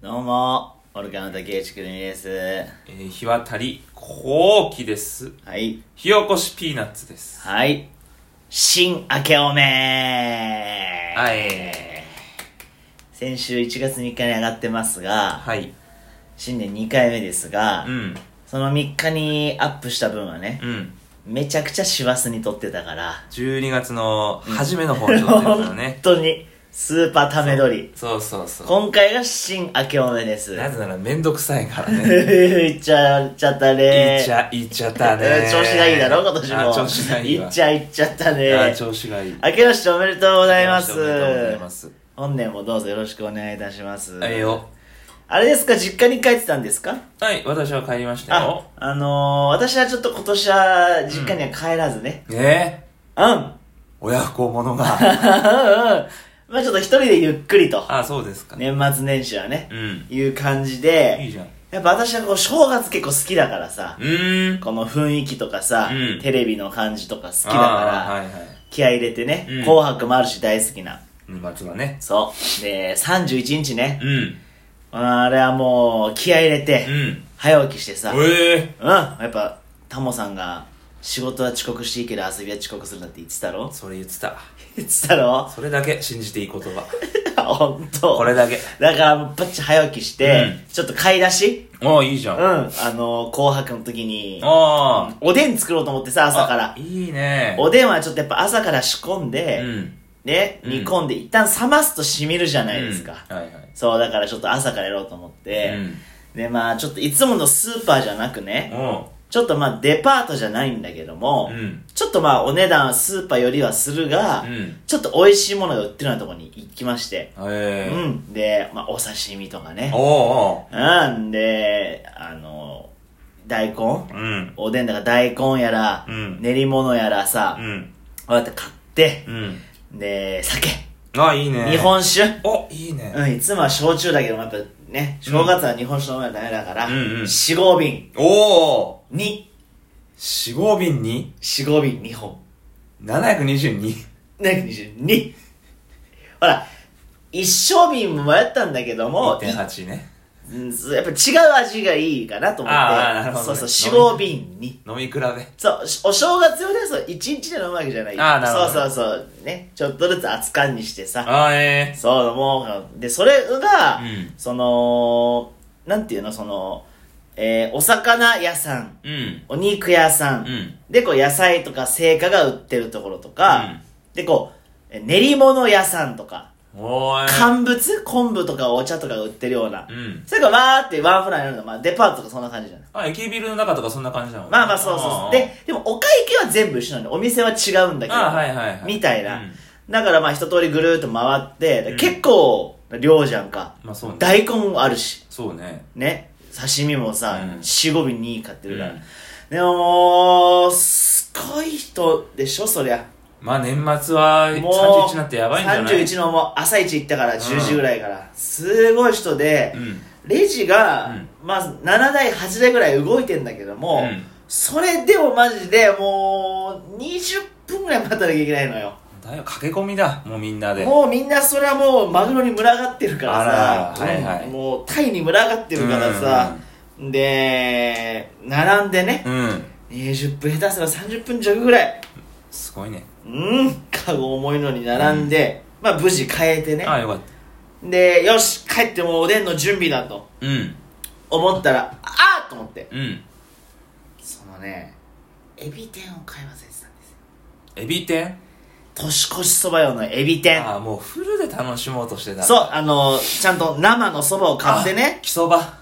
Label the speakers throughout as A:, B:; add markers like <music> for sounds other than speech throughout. A: どうも、オルカの竹内くるみです。
B: えー、日渡り後期です。
A: はい。
B: 火起こしピーナッツです。
A: はい。新明けおめ
B: はい。
A: 先週1月3日に上がってますが、
B: はい。
A: 新年2回目ですが、
B: うん。
A: その3日にアップした分はね、
B: うん。
A: めちゃくちゃ師走に撮ってたから、
B: 12月の初めの方に撮ってるから
A: 本
B: ね。
A: 当にスーパー <laughs> ため撮り。
B: そうそうそう。
A: 今回が新明けおめです。 <laughs>
B: なぜならめんどくさいからね。
A: いっちゃっちゃったね
B: いっちゃ、いっちゃった
A: え
B: ね
A: <laughs> ー。調子がいいだろ今年も
B: あ調子がいいわ。
A: いっちゃいっちゃったね
B: あ調子がいい。
A: 明けましておめでとうご
B: ご
A: ざいます
B: おめでとうございます。
A: 本年もどうぞよろしくお願いいたします
B: はいよ。
A: あれですか実家に帰ってたんですか
B: はい、私は帰りました
A: あ
B: よ。
A: あのー、私はちょっと今年は実家には帰らずね
B: ね
A: う
B: え。
A: ん <laughs> うんうん
B: 親不孝
A: <laughs>
B: 者が。
A: まあちょっと一人でゆっくりと
B: あ、そうですか。
A: 年末年始はね
B: うん。
A: いう感じ
B: いい
A: で
B: じゃん。
A: やっぱ私はこう正月結構好きだからさ
B: うーん。
A: この雰囲気とかさ、
B: うん
A: テレビの感じとか好きだから
B: あーはいはい。
A: 気合い入れてね、
B: うん
A: 紅白もあるし大好きな。
B: 年末だね。
A: そう。で、31日ね。
B: うん。
A: あれはもう、気合い入れて、
B: うん。
A: 早起きしてさ。うん。
B: ええ
A: やっぱ、タモさんが、仕事は遅刻していいけど遊びは遅刻するなって言ってたろ <laughs>
B: それ言ってた。
A: 言ってたろ
B: それだけ信じていい言
A: <laughs>
B: 葉。
A: ほんと。
B: これだけ。
A: だから、もうバッチ早起きして、
B: う
A: ちょっと買い出し
B: ああ、いいじゃ。
A: うんん。
B: あ
A: あの、紅白の時に、
B: あ。
A: おでん作ろうと思ってさ、朝から
B: あ。いいね。
A: おでんはちょっとやっぱ朝から仕込んで、
B: うん。
A: ね、
B: うん
A: 煮込んで、一旦冷ますと染みるじゃないですか。
B: うんはいはい。
A: そう、だからちょっと朝からやろうと思って、
B: うん
A: で、まあちょっといつものスーパーじゃなくね、
B: お
A: ちょっとまあデパートじゃないんだけども、
B: ううん。
A: ちょっとまあお値段はスーパーよりはするが、
B: うん。
A: ちょっと美味しいものが売ってるようなところに行きまして、う
B: ええ
A: ん。で、まあお刺身とかね
B: お、お
A: うんで、あの、大根
B: ううん。
A: おでんだから大根やら、
B: うん
A: 練り物やらさ、
B: うん。
A: こうやって買って、
B: うん。
A: で、酒、
B: あ、いいね。
A: 日。本酒、
B: お、いいね。
A: うん、いつもは焼酎だけどもやっぱね、正月は日本酒飲まないとダメだから、
B: うんうん
A: 四合瓶
B: おお
A: に、
B: 四合瓶に
A: 四合瓶2本。
B: 722。
A: 222。ほら、一升瓶も迷ったんだけども、
B: 1.8ね。
A: いうんそうやっぱ違う味がいいかなと思って、
B: あーなるほどね
A: そうそう、四合瓶に。
B: 飲み比べ。う
A: そう、お正月用でそう、一日で飲むわけじゃない。
B: あーなるほど
A: そうそうそう、ね、ちょっとずつ熱燗にしてさ、
B: あえ
A: そう、もう、で、それ
B: え
A: が、
B: うん。
A: そのなんていうのその、えーお魚屋さん
B: うん。
A: お肉屋さん、
B: うん。
A: でこう野菜とか青果が売ってるところとか、
B: う
A: でこうえー練り物屋さんとか
B: ん。おーい。
A: 乾物昆布とかお茶とかが売ってるような、
B: うん。
A: それがわーってワンフライになるの、まあ、デパートとかそんな感じじゃない
B: あ、駅ビルの中とかそんな感じなの
A: まあまあそうそうそうで、でもお会計は全部一緒なんでお店は違うんだけど、
B: ああ、はいはいはい。
A: みたいな
B: うん
A: だからまあ一通りぐるーっと回ってで
B: うん
A: 結構量じゃんか
B: まあそうね。
A: 大根もあるし
B: そうね。
A: ね刺身もさ、
B: うん
A: 四五瓶に買ってるから、
B: うん
A: でももうすごい人でしょそりゃ
B: まあ年末は
A: もう
B: 31になってやばいんじゃない
A: 31のもう朝一行ったから
B: ん
A: 10時ぐらいから、すごい人で、
B: うん。
A: レジが、
B: うん
A: まあ7台8台ぐらい動いてんだけども、
B: うん
A: それでもマジでもう20分ぐらい待たなきゃいけないのよ
B: だよ、駆け込みだ、もうみんなで。
A: もうみんなそれはもうマグロに群がってるからさ
B: あらはいはい
A: もうタイに群がってるからさ、で並んでね、
B: うん。うん。
A: 20分下手すら30分弱ぐらい
B: すごいね。
A: うんカゴ重いのに並んで、まあ無事変えてね
B: ああ、よかっ
A: でよし帰ってもうおでんの準備だと
B: た。うん。
A: 思ったらああと思って
B: うん。
A: そのねエビ天を買い忘れてたんですよ
B: エビ天
A: 年越しそば用のエビ天
B: ああ、もうフルで楽しもうとしてた。
A: そう
B: う。
A: あのちゃんと生のそばを買ってね
B: 木そば。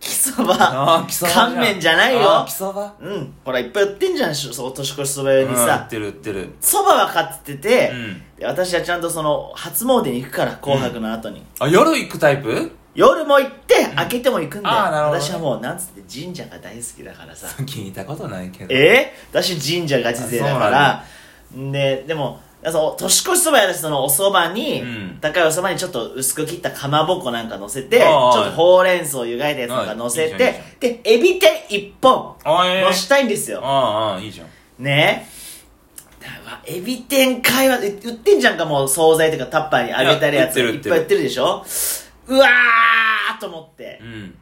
A: 木そば
B: ああ、木そばじゃん。
A: 乾麺じゃないよ
B: ああ、木そば。
A: うんほらいっぱい売ってんじゃんしそう年越しそば用に
B: うん売
A: さ
B: ってる売ってる。
A: そばは買ってて、
B: うん。
A: で私はちゃんとその初詣に行くから紅白の後に、
B: あ、夜行くタイプ <laughs>
A: 夜も行って、開けても行くんだよ。
B: あーなるほどね
A: 私はもう、なんつって神社が大好きだからさ。
B: 聞いたことないけど。
A: えー、私神社ガチ勢だか
B: あ
A: ら。で、でも、その年越しそばやらそのおそばに、
B: うん
A: 高いおそばにちょっと薄く切ったかまぼっこなんか乗せて、ち
B: あー
A: ょっとほうれん草湯がいたやつとか乗せ
B: はいいいじゃんいい
A: て、で、エビ天一本
B: ああ、ええ
A: 乗したいんですよ。
B: ああ、ああ、いいじゃん。
A: ねだわエビ天会話で売ってんじゃんかもう惣菜とかタッパーにあげたりやつ
B: いや
A: い
B: 売
A: っ
B: って
A: ぱ
B: る
A: い売ってるでしょうわわーと思って
B: う、ん。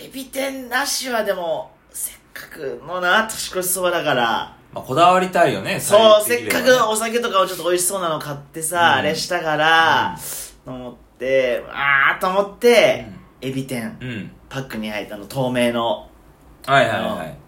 A: エビ天なしはでも、せっかくのな、年越しそばだから、
B: まあ、こだわりたいよね、
A: そう、
B: 最
A: せっ
B: 適量
A: か
B: は
A: く
B: ね
A: お酒とかをちょっと美味しそうなの買ってさ、あれしたから、と思って、あーと思って、エビ天、
B: うん。
A: パックに入ったの透明の、
B: はいはいはい。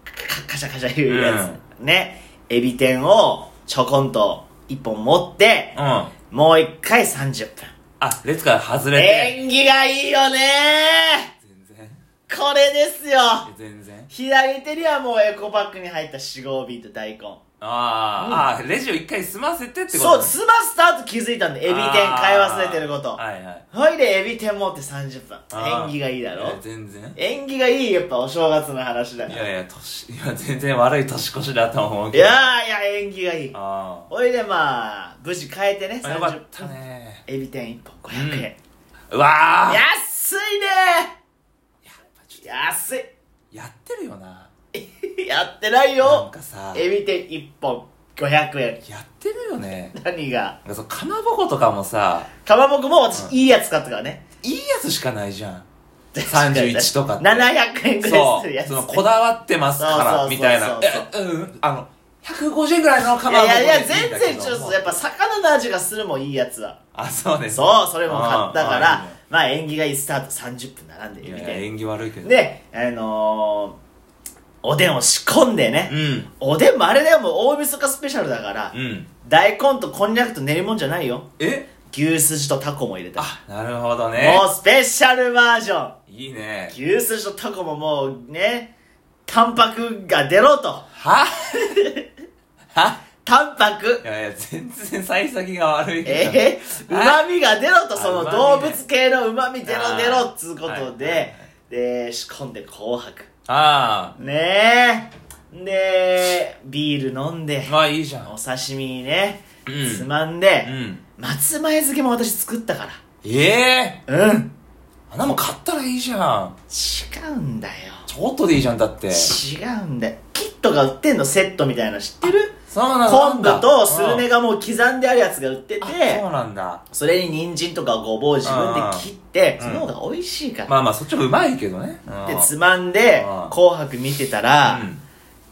A: カカシャカシャいうやつ、ね、エビ天をちょこんと一本持って、
B: うん。
A: もう一回30分。
B: あ、列から外れて。
A: 演技がいいよね
B: 全然。
A: ーこれですよ
B: え全然。
A: 左手にはもうエコパックに入った四合瓶と大根。
B: あー、あー、レジを一回済ませてってこと
A: そう、済ませた後気づいたんで、エビ天買い忘れてること。
B: はいはい。
A: ほいでエビ天持って30分
B: あー
A: 縁起がいいだ
B: いや
A: ろ
B: 全然。
A: 縁起がいいやっぱお正月の話だ
B: い
A: から
B: やいや、年、い <laughs> や、全然悪い年越しだと思う
A: い
B: けど。
A: やいや縁起がいい
B: あ
A: ほいでまあ無事変えてね
B: ー。あよかっ
A: 30
B: た
A: 分
B: ね。
A: エビ天1本500円
B: うわーや
A: 安いね
B: っぱちょっ
A: 安い
B: とやってるよな。
A: やってない
B: なん
A: よ
B: かさ、
A: エビ天1本500円
B: やってるよね。
A: 何が
B: なんかそう、かまぼことかもさ、
A: かまぼこも私
B: うん
A: いいやつ買ったからね
B: いいやつしかないじゃ
A: <laughs>
B: ん。31とかって
A: 700円ぐらい
B: そ
A: するや
B: う、
A: つ
B: そのこだわってますか
A: そうそうそうそ
B: ら、
A: う
B: みたいな。えうん、あの、150円ぐらいのか
A: い
B: まぼ
A: や
B: こ
A: いやいや
B: でいいん
A: 全
B: だけ
A: 然
B: ど
A: ちょっとやっぱ魚の味がするもんいいやつは
B: あ、そうです。
A: そう、それも買ったか
B: うん
A: ら
B: うんいいね、
A: まあ縁起がいいスタート30分並んで
B: い
A: る
B: や
A: み
B: い
A: た
B: や、
A: い
B: 縁起悪いけ
A: な。
B: ど。
A: で、あのー、おでんを仕込んで
B: う
A: ね、
B: ん。
A: おでんもあれだよ、もう大晦日スペシャルだから
B: う、ん。
A: 大根とこんにゃくと練り物じゃないよ。
B: え
A: 牛すじとタコも入れた。
B: あ、なるほどね。
A: もうスペシャルバージョン
B: いいね。
A: 牛すじとタコももうね、タンパクが出ろと。
B: は <laughs> は
A: タンパク
B: い。やいや、全然幸先が悪いけど。
A: えうまみが出ろと、
B: あ
A: その
B: 旨味
A: 動
B: ね
A: 物系のうまみ出ろ出ろっつうこ
B: はいは
A: と
B: いは
A: で
B: い、
A: で、仕込んで紅白。
B: あ
A: ねえ。で、ビール飲んで
B: あ。、まあいいじゃん。
A: お刺身ね、
B: うん
A: つまんで、
B: うん。
A: 松前漬けも私作ったか
B: ええ
A: ら。うん。
B: あんなもん買ったらいいじゃん。
A: 違うんだよ。
B: ちょっとでいいじゃん、だって。
A: 違うんだよ。キットが売ってんの、セットみたいなの知ってる
B: そうなんだ。
A: 昆布とスル
B: ネ
A: メがもう刻んであるやつが売ってて
B: あ、、そうなんだ。
A: それに人参とかごぼう自分で切って、
B: うん
A: その方が美味しいから。
B: まあまあ、そっちもうまいけどね。うん
A: で、つまんで
B: うん、
A: 紅白見てたら、
B: うん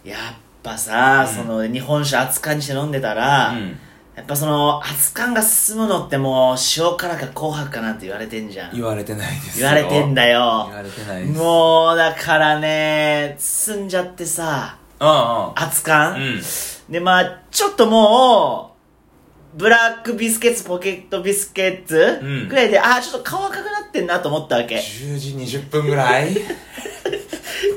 A: やっぱさ、
B: うん
A: その、日本酒熱燗にして飲んでたら、
B: うん
A: やっぱその、熱燗が進むのってもう、塩辛か紅白かなんて言われてんじゃん。
B: 言われてないです
A: 言
B: よ。
A: われてんだよ
B: 言。われてないです。うんうん。
A: もう、だからね、進んじゃってさ、熱燗、
B: うん。
A: で、まあちょっともう、ブラックビスケッツ、ポケットビスケッツ、
B: うん
A: ぐらいで、あ、ちょっと顔赤くなってんなと思ったわけ。
B: 10時20分ぐらい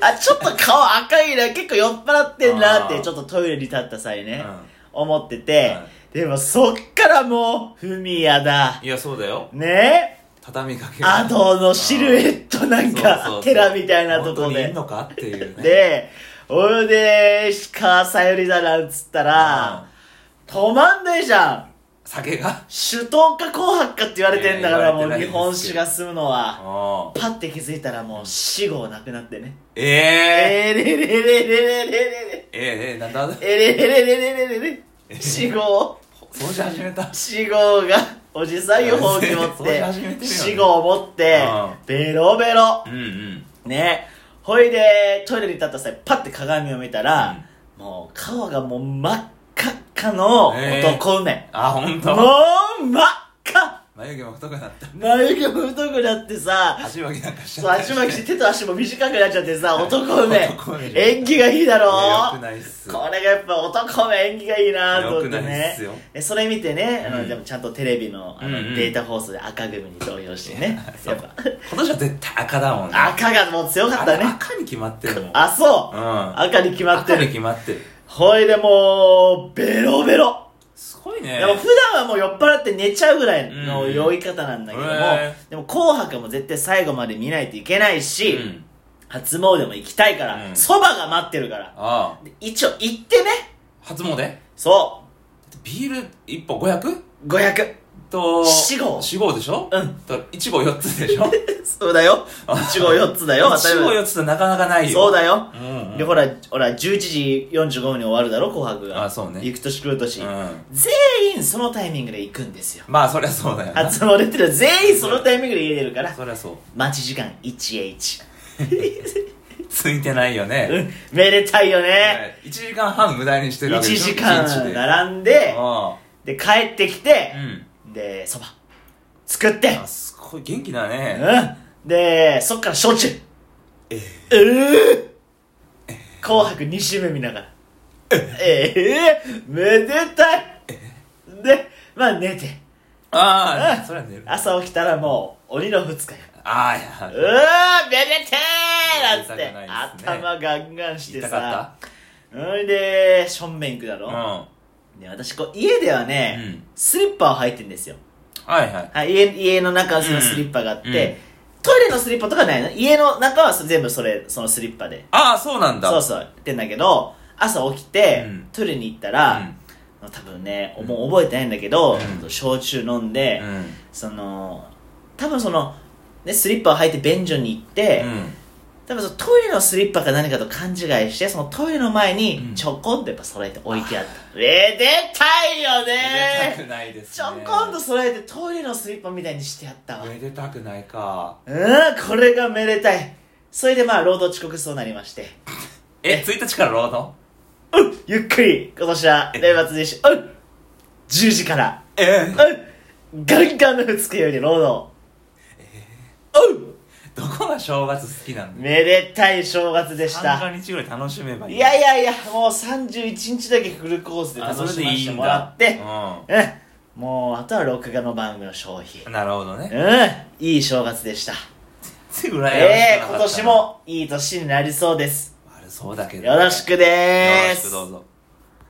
A: あ、ちょっと顔赤いな、結構酔っ払ってんなっ
B: あ
A: て、
B: ー
A: ちょっとトイレに立った際ね、
B: う
A: 思ってて、でもそっからもう、フミヤだ
B: ん。いや、そうだよ。
A: ね
B: 畳みかける
A: あとのシルエットなん
B: そうそうそ
A: か、
B: う
A: 寺みたいなとこ
B: 本当にいん
A: で。
B: のかっていうね。
A: で、俺で、石川さゆりだなんつったら、止まんねえじゃん
B: 酒が
A: 酒盗か紅白かって言われてんだから、
B: いや
A: も
B: 言わ
A: う
B: れ
A: 日
B: てないですけど
A: 本酒が進むのは。
B: あ
A: パッて気づいたらもう死後なくなってね。
B: ええ
A: えーれれれれれれれれ
B: えええなんだ
A: えれれれれれれれれ死後
B: 掃除始めた
A: 死後がおじさんよほうき持っ
B: 掃除始めてるよ
A: て
B: ね
A: 死後を持って
B: う
A: ベロベロ
B: うんうん
A: ねほいでトイレに立った際パッて鏡を見たら、もう顔がもう真っ赤っかの男梅、
B: あ本
A: も
B: 当。
A: う真っ赤
B: 眉毛も太くなった
A: 眉毛も太くなってさ
B: 足巻きなんかしち
A: そう
B: ゃった
A: 足巻きして手と足も短くなっちゃってさ男梅
B: 男梅
A: 演技がいいだろ
B: よくないっす
A: これがやっぱ男の演技がいいなと
B: よ
A: 思
B: く
A: って
B: ないっ
A: ね
B: すよ
A: でそれ見てね、あ
B: う
A: の
B: ん
A: でもちゃんとテレビのあの
B: うんうん
A: データ放送で赤組に投票してね、
B: <laughs> そう
A: やっ
B: 今年は絶対赤だもんね
A: ぱ赤がもう強かった
B: あれ
A: ね
B: 赤に決まってるもん
A: あそう、
B: うん
A: 赤に決まって
B: 赤
A: る
B: に決まってる
A: ほいでもうベロベロ
B: すごい
A: で
B: ね
A: も普段はもう酔っ払って寝ちゃうぐらいの酔い方なんだけども、
B: うんへ
A: でも「紅白」も絶対最後まで見ないといけないし、
B: うん
A: 初詣も行きたいから
B: うん
A: そば、が待ってるから
B: ああ
A: で一応行ってね
B: 初詣
A: そ
B: ビール一本 500?
A: う500
B: と、
A: 四号
B: 四号でしょ
A: うん。
B: だから一号四つでしょ
A: <laughs> そうだよ。 <laughs> 一号四つだ
B: <laughs>
A: よ。
B: 一号四つってなかなかないよ。
A: そうだよ。
B: うん。
A: で、ほら、ほら、11時45分に終わるだろ、紅白が。
B: あそうね
A: 行く年来る年。
B: うん。
A: 全員そのタイミングで行くんですよ。
B: まあ、そりゃそ
A: <laughs>
B: うだよな。
A: 初詣ってのは全員そのタイミングで家出るから。
B: そりゃそう。
A: 待ち時間 1H。
B: ついてないよ
A: う
B: ね。
A: ん、めでたいよね。
B: 1時間半無駄にしてる
A: 1
B: わけでしょ
A: 時間
B: 一日で。
A: 並んで、
B: あ
A: で、帰ってきて
B: あう、ん。
A: で、そば、作って、
B: あ、すごい元気だね。
A: うん。で、そっから焼酎。えー紅白2週目見ながら。ええめでたいで、まあ寝て。
B: あ
A: うん
B: あ、そりゃ寝る。あ
A: 朝起きたらもう鬼の二日よ。
B: あ、
A: う
B: いや。
A: ーめでてーなんつっ
B: め
A: て、
B: でたくないっすね
A: 頭ガンガンして
B: 痛か
A: さ。うんで、正面行くだ
B: ったう
A: ろ
B: ん。。は
A: で、私こう家ではね、
B: うん
A: スリッパを履いてんですよ。
B: いはい。
A: はい、家家の中はそのスリッパがあって、
B: うんうん
A: トイレのスリッパとかないの家の中は全部それそのスリッパで
B: ああ、そうなんだ。
A: そうそうやってんだけど朝起きて、
B: うん
A: トイレに行った
B: う
A: ら、
B: ん。
A: 多分ねもう覚えてないんだけど、
B: うん
A: 焼酎飲んで、
B: うん。
A: その多分その、ね、スリッパを履いて便所に行って、
B: うん。
A: 多分そのトイレのスリッパか何かと勘違いしてそのトイレの前
B: う
A: に
B: ん
A: ちょこんとやっぱ揃えて置いてあった、めでたいよ
B: めでた
A: ね
B: くないです
A: ち
B: ね
A: ょこんと揃えてトイレのスリッパみたいにしてあったわ
B: めでたくないか
A: うん、これがめでたい。それでまあ、労働遅刻しそうになりまして。
B: え1日から労働
A: うん、ゆっくり、今年は、年末年始、うん、10時から、
B: え
A: うん、ガンガンの二日酔いで労働。うん、
B: どこが正月好きなんだ
A: めでたい正月でした。
B: 三が日ぐらい楽しめばいい
A: いやいやいや、もう31日だけフルコースで
B: あそ
A: 楽し
B: れで
A: ま
B: い
A: せ
B: い
A: て
B: ん
A: もら
B: だ
A: って、うん、もう、あとは録画の番組の消費
B: う。んなるほどね
A: うん、いい正月でした。
B: つい羨ましくな
A: ええ
B: かったな
A: 今年もいい年になりそうです。
B: 悪そうだけど
A: よろしくでーす。
B: よろしくどうぞ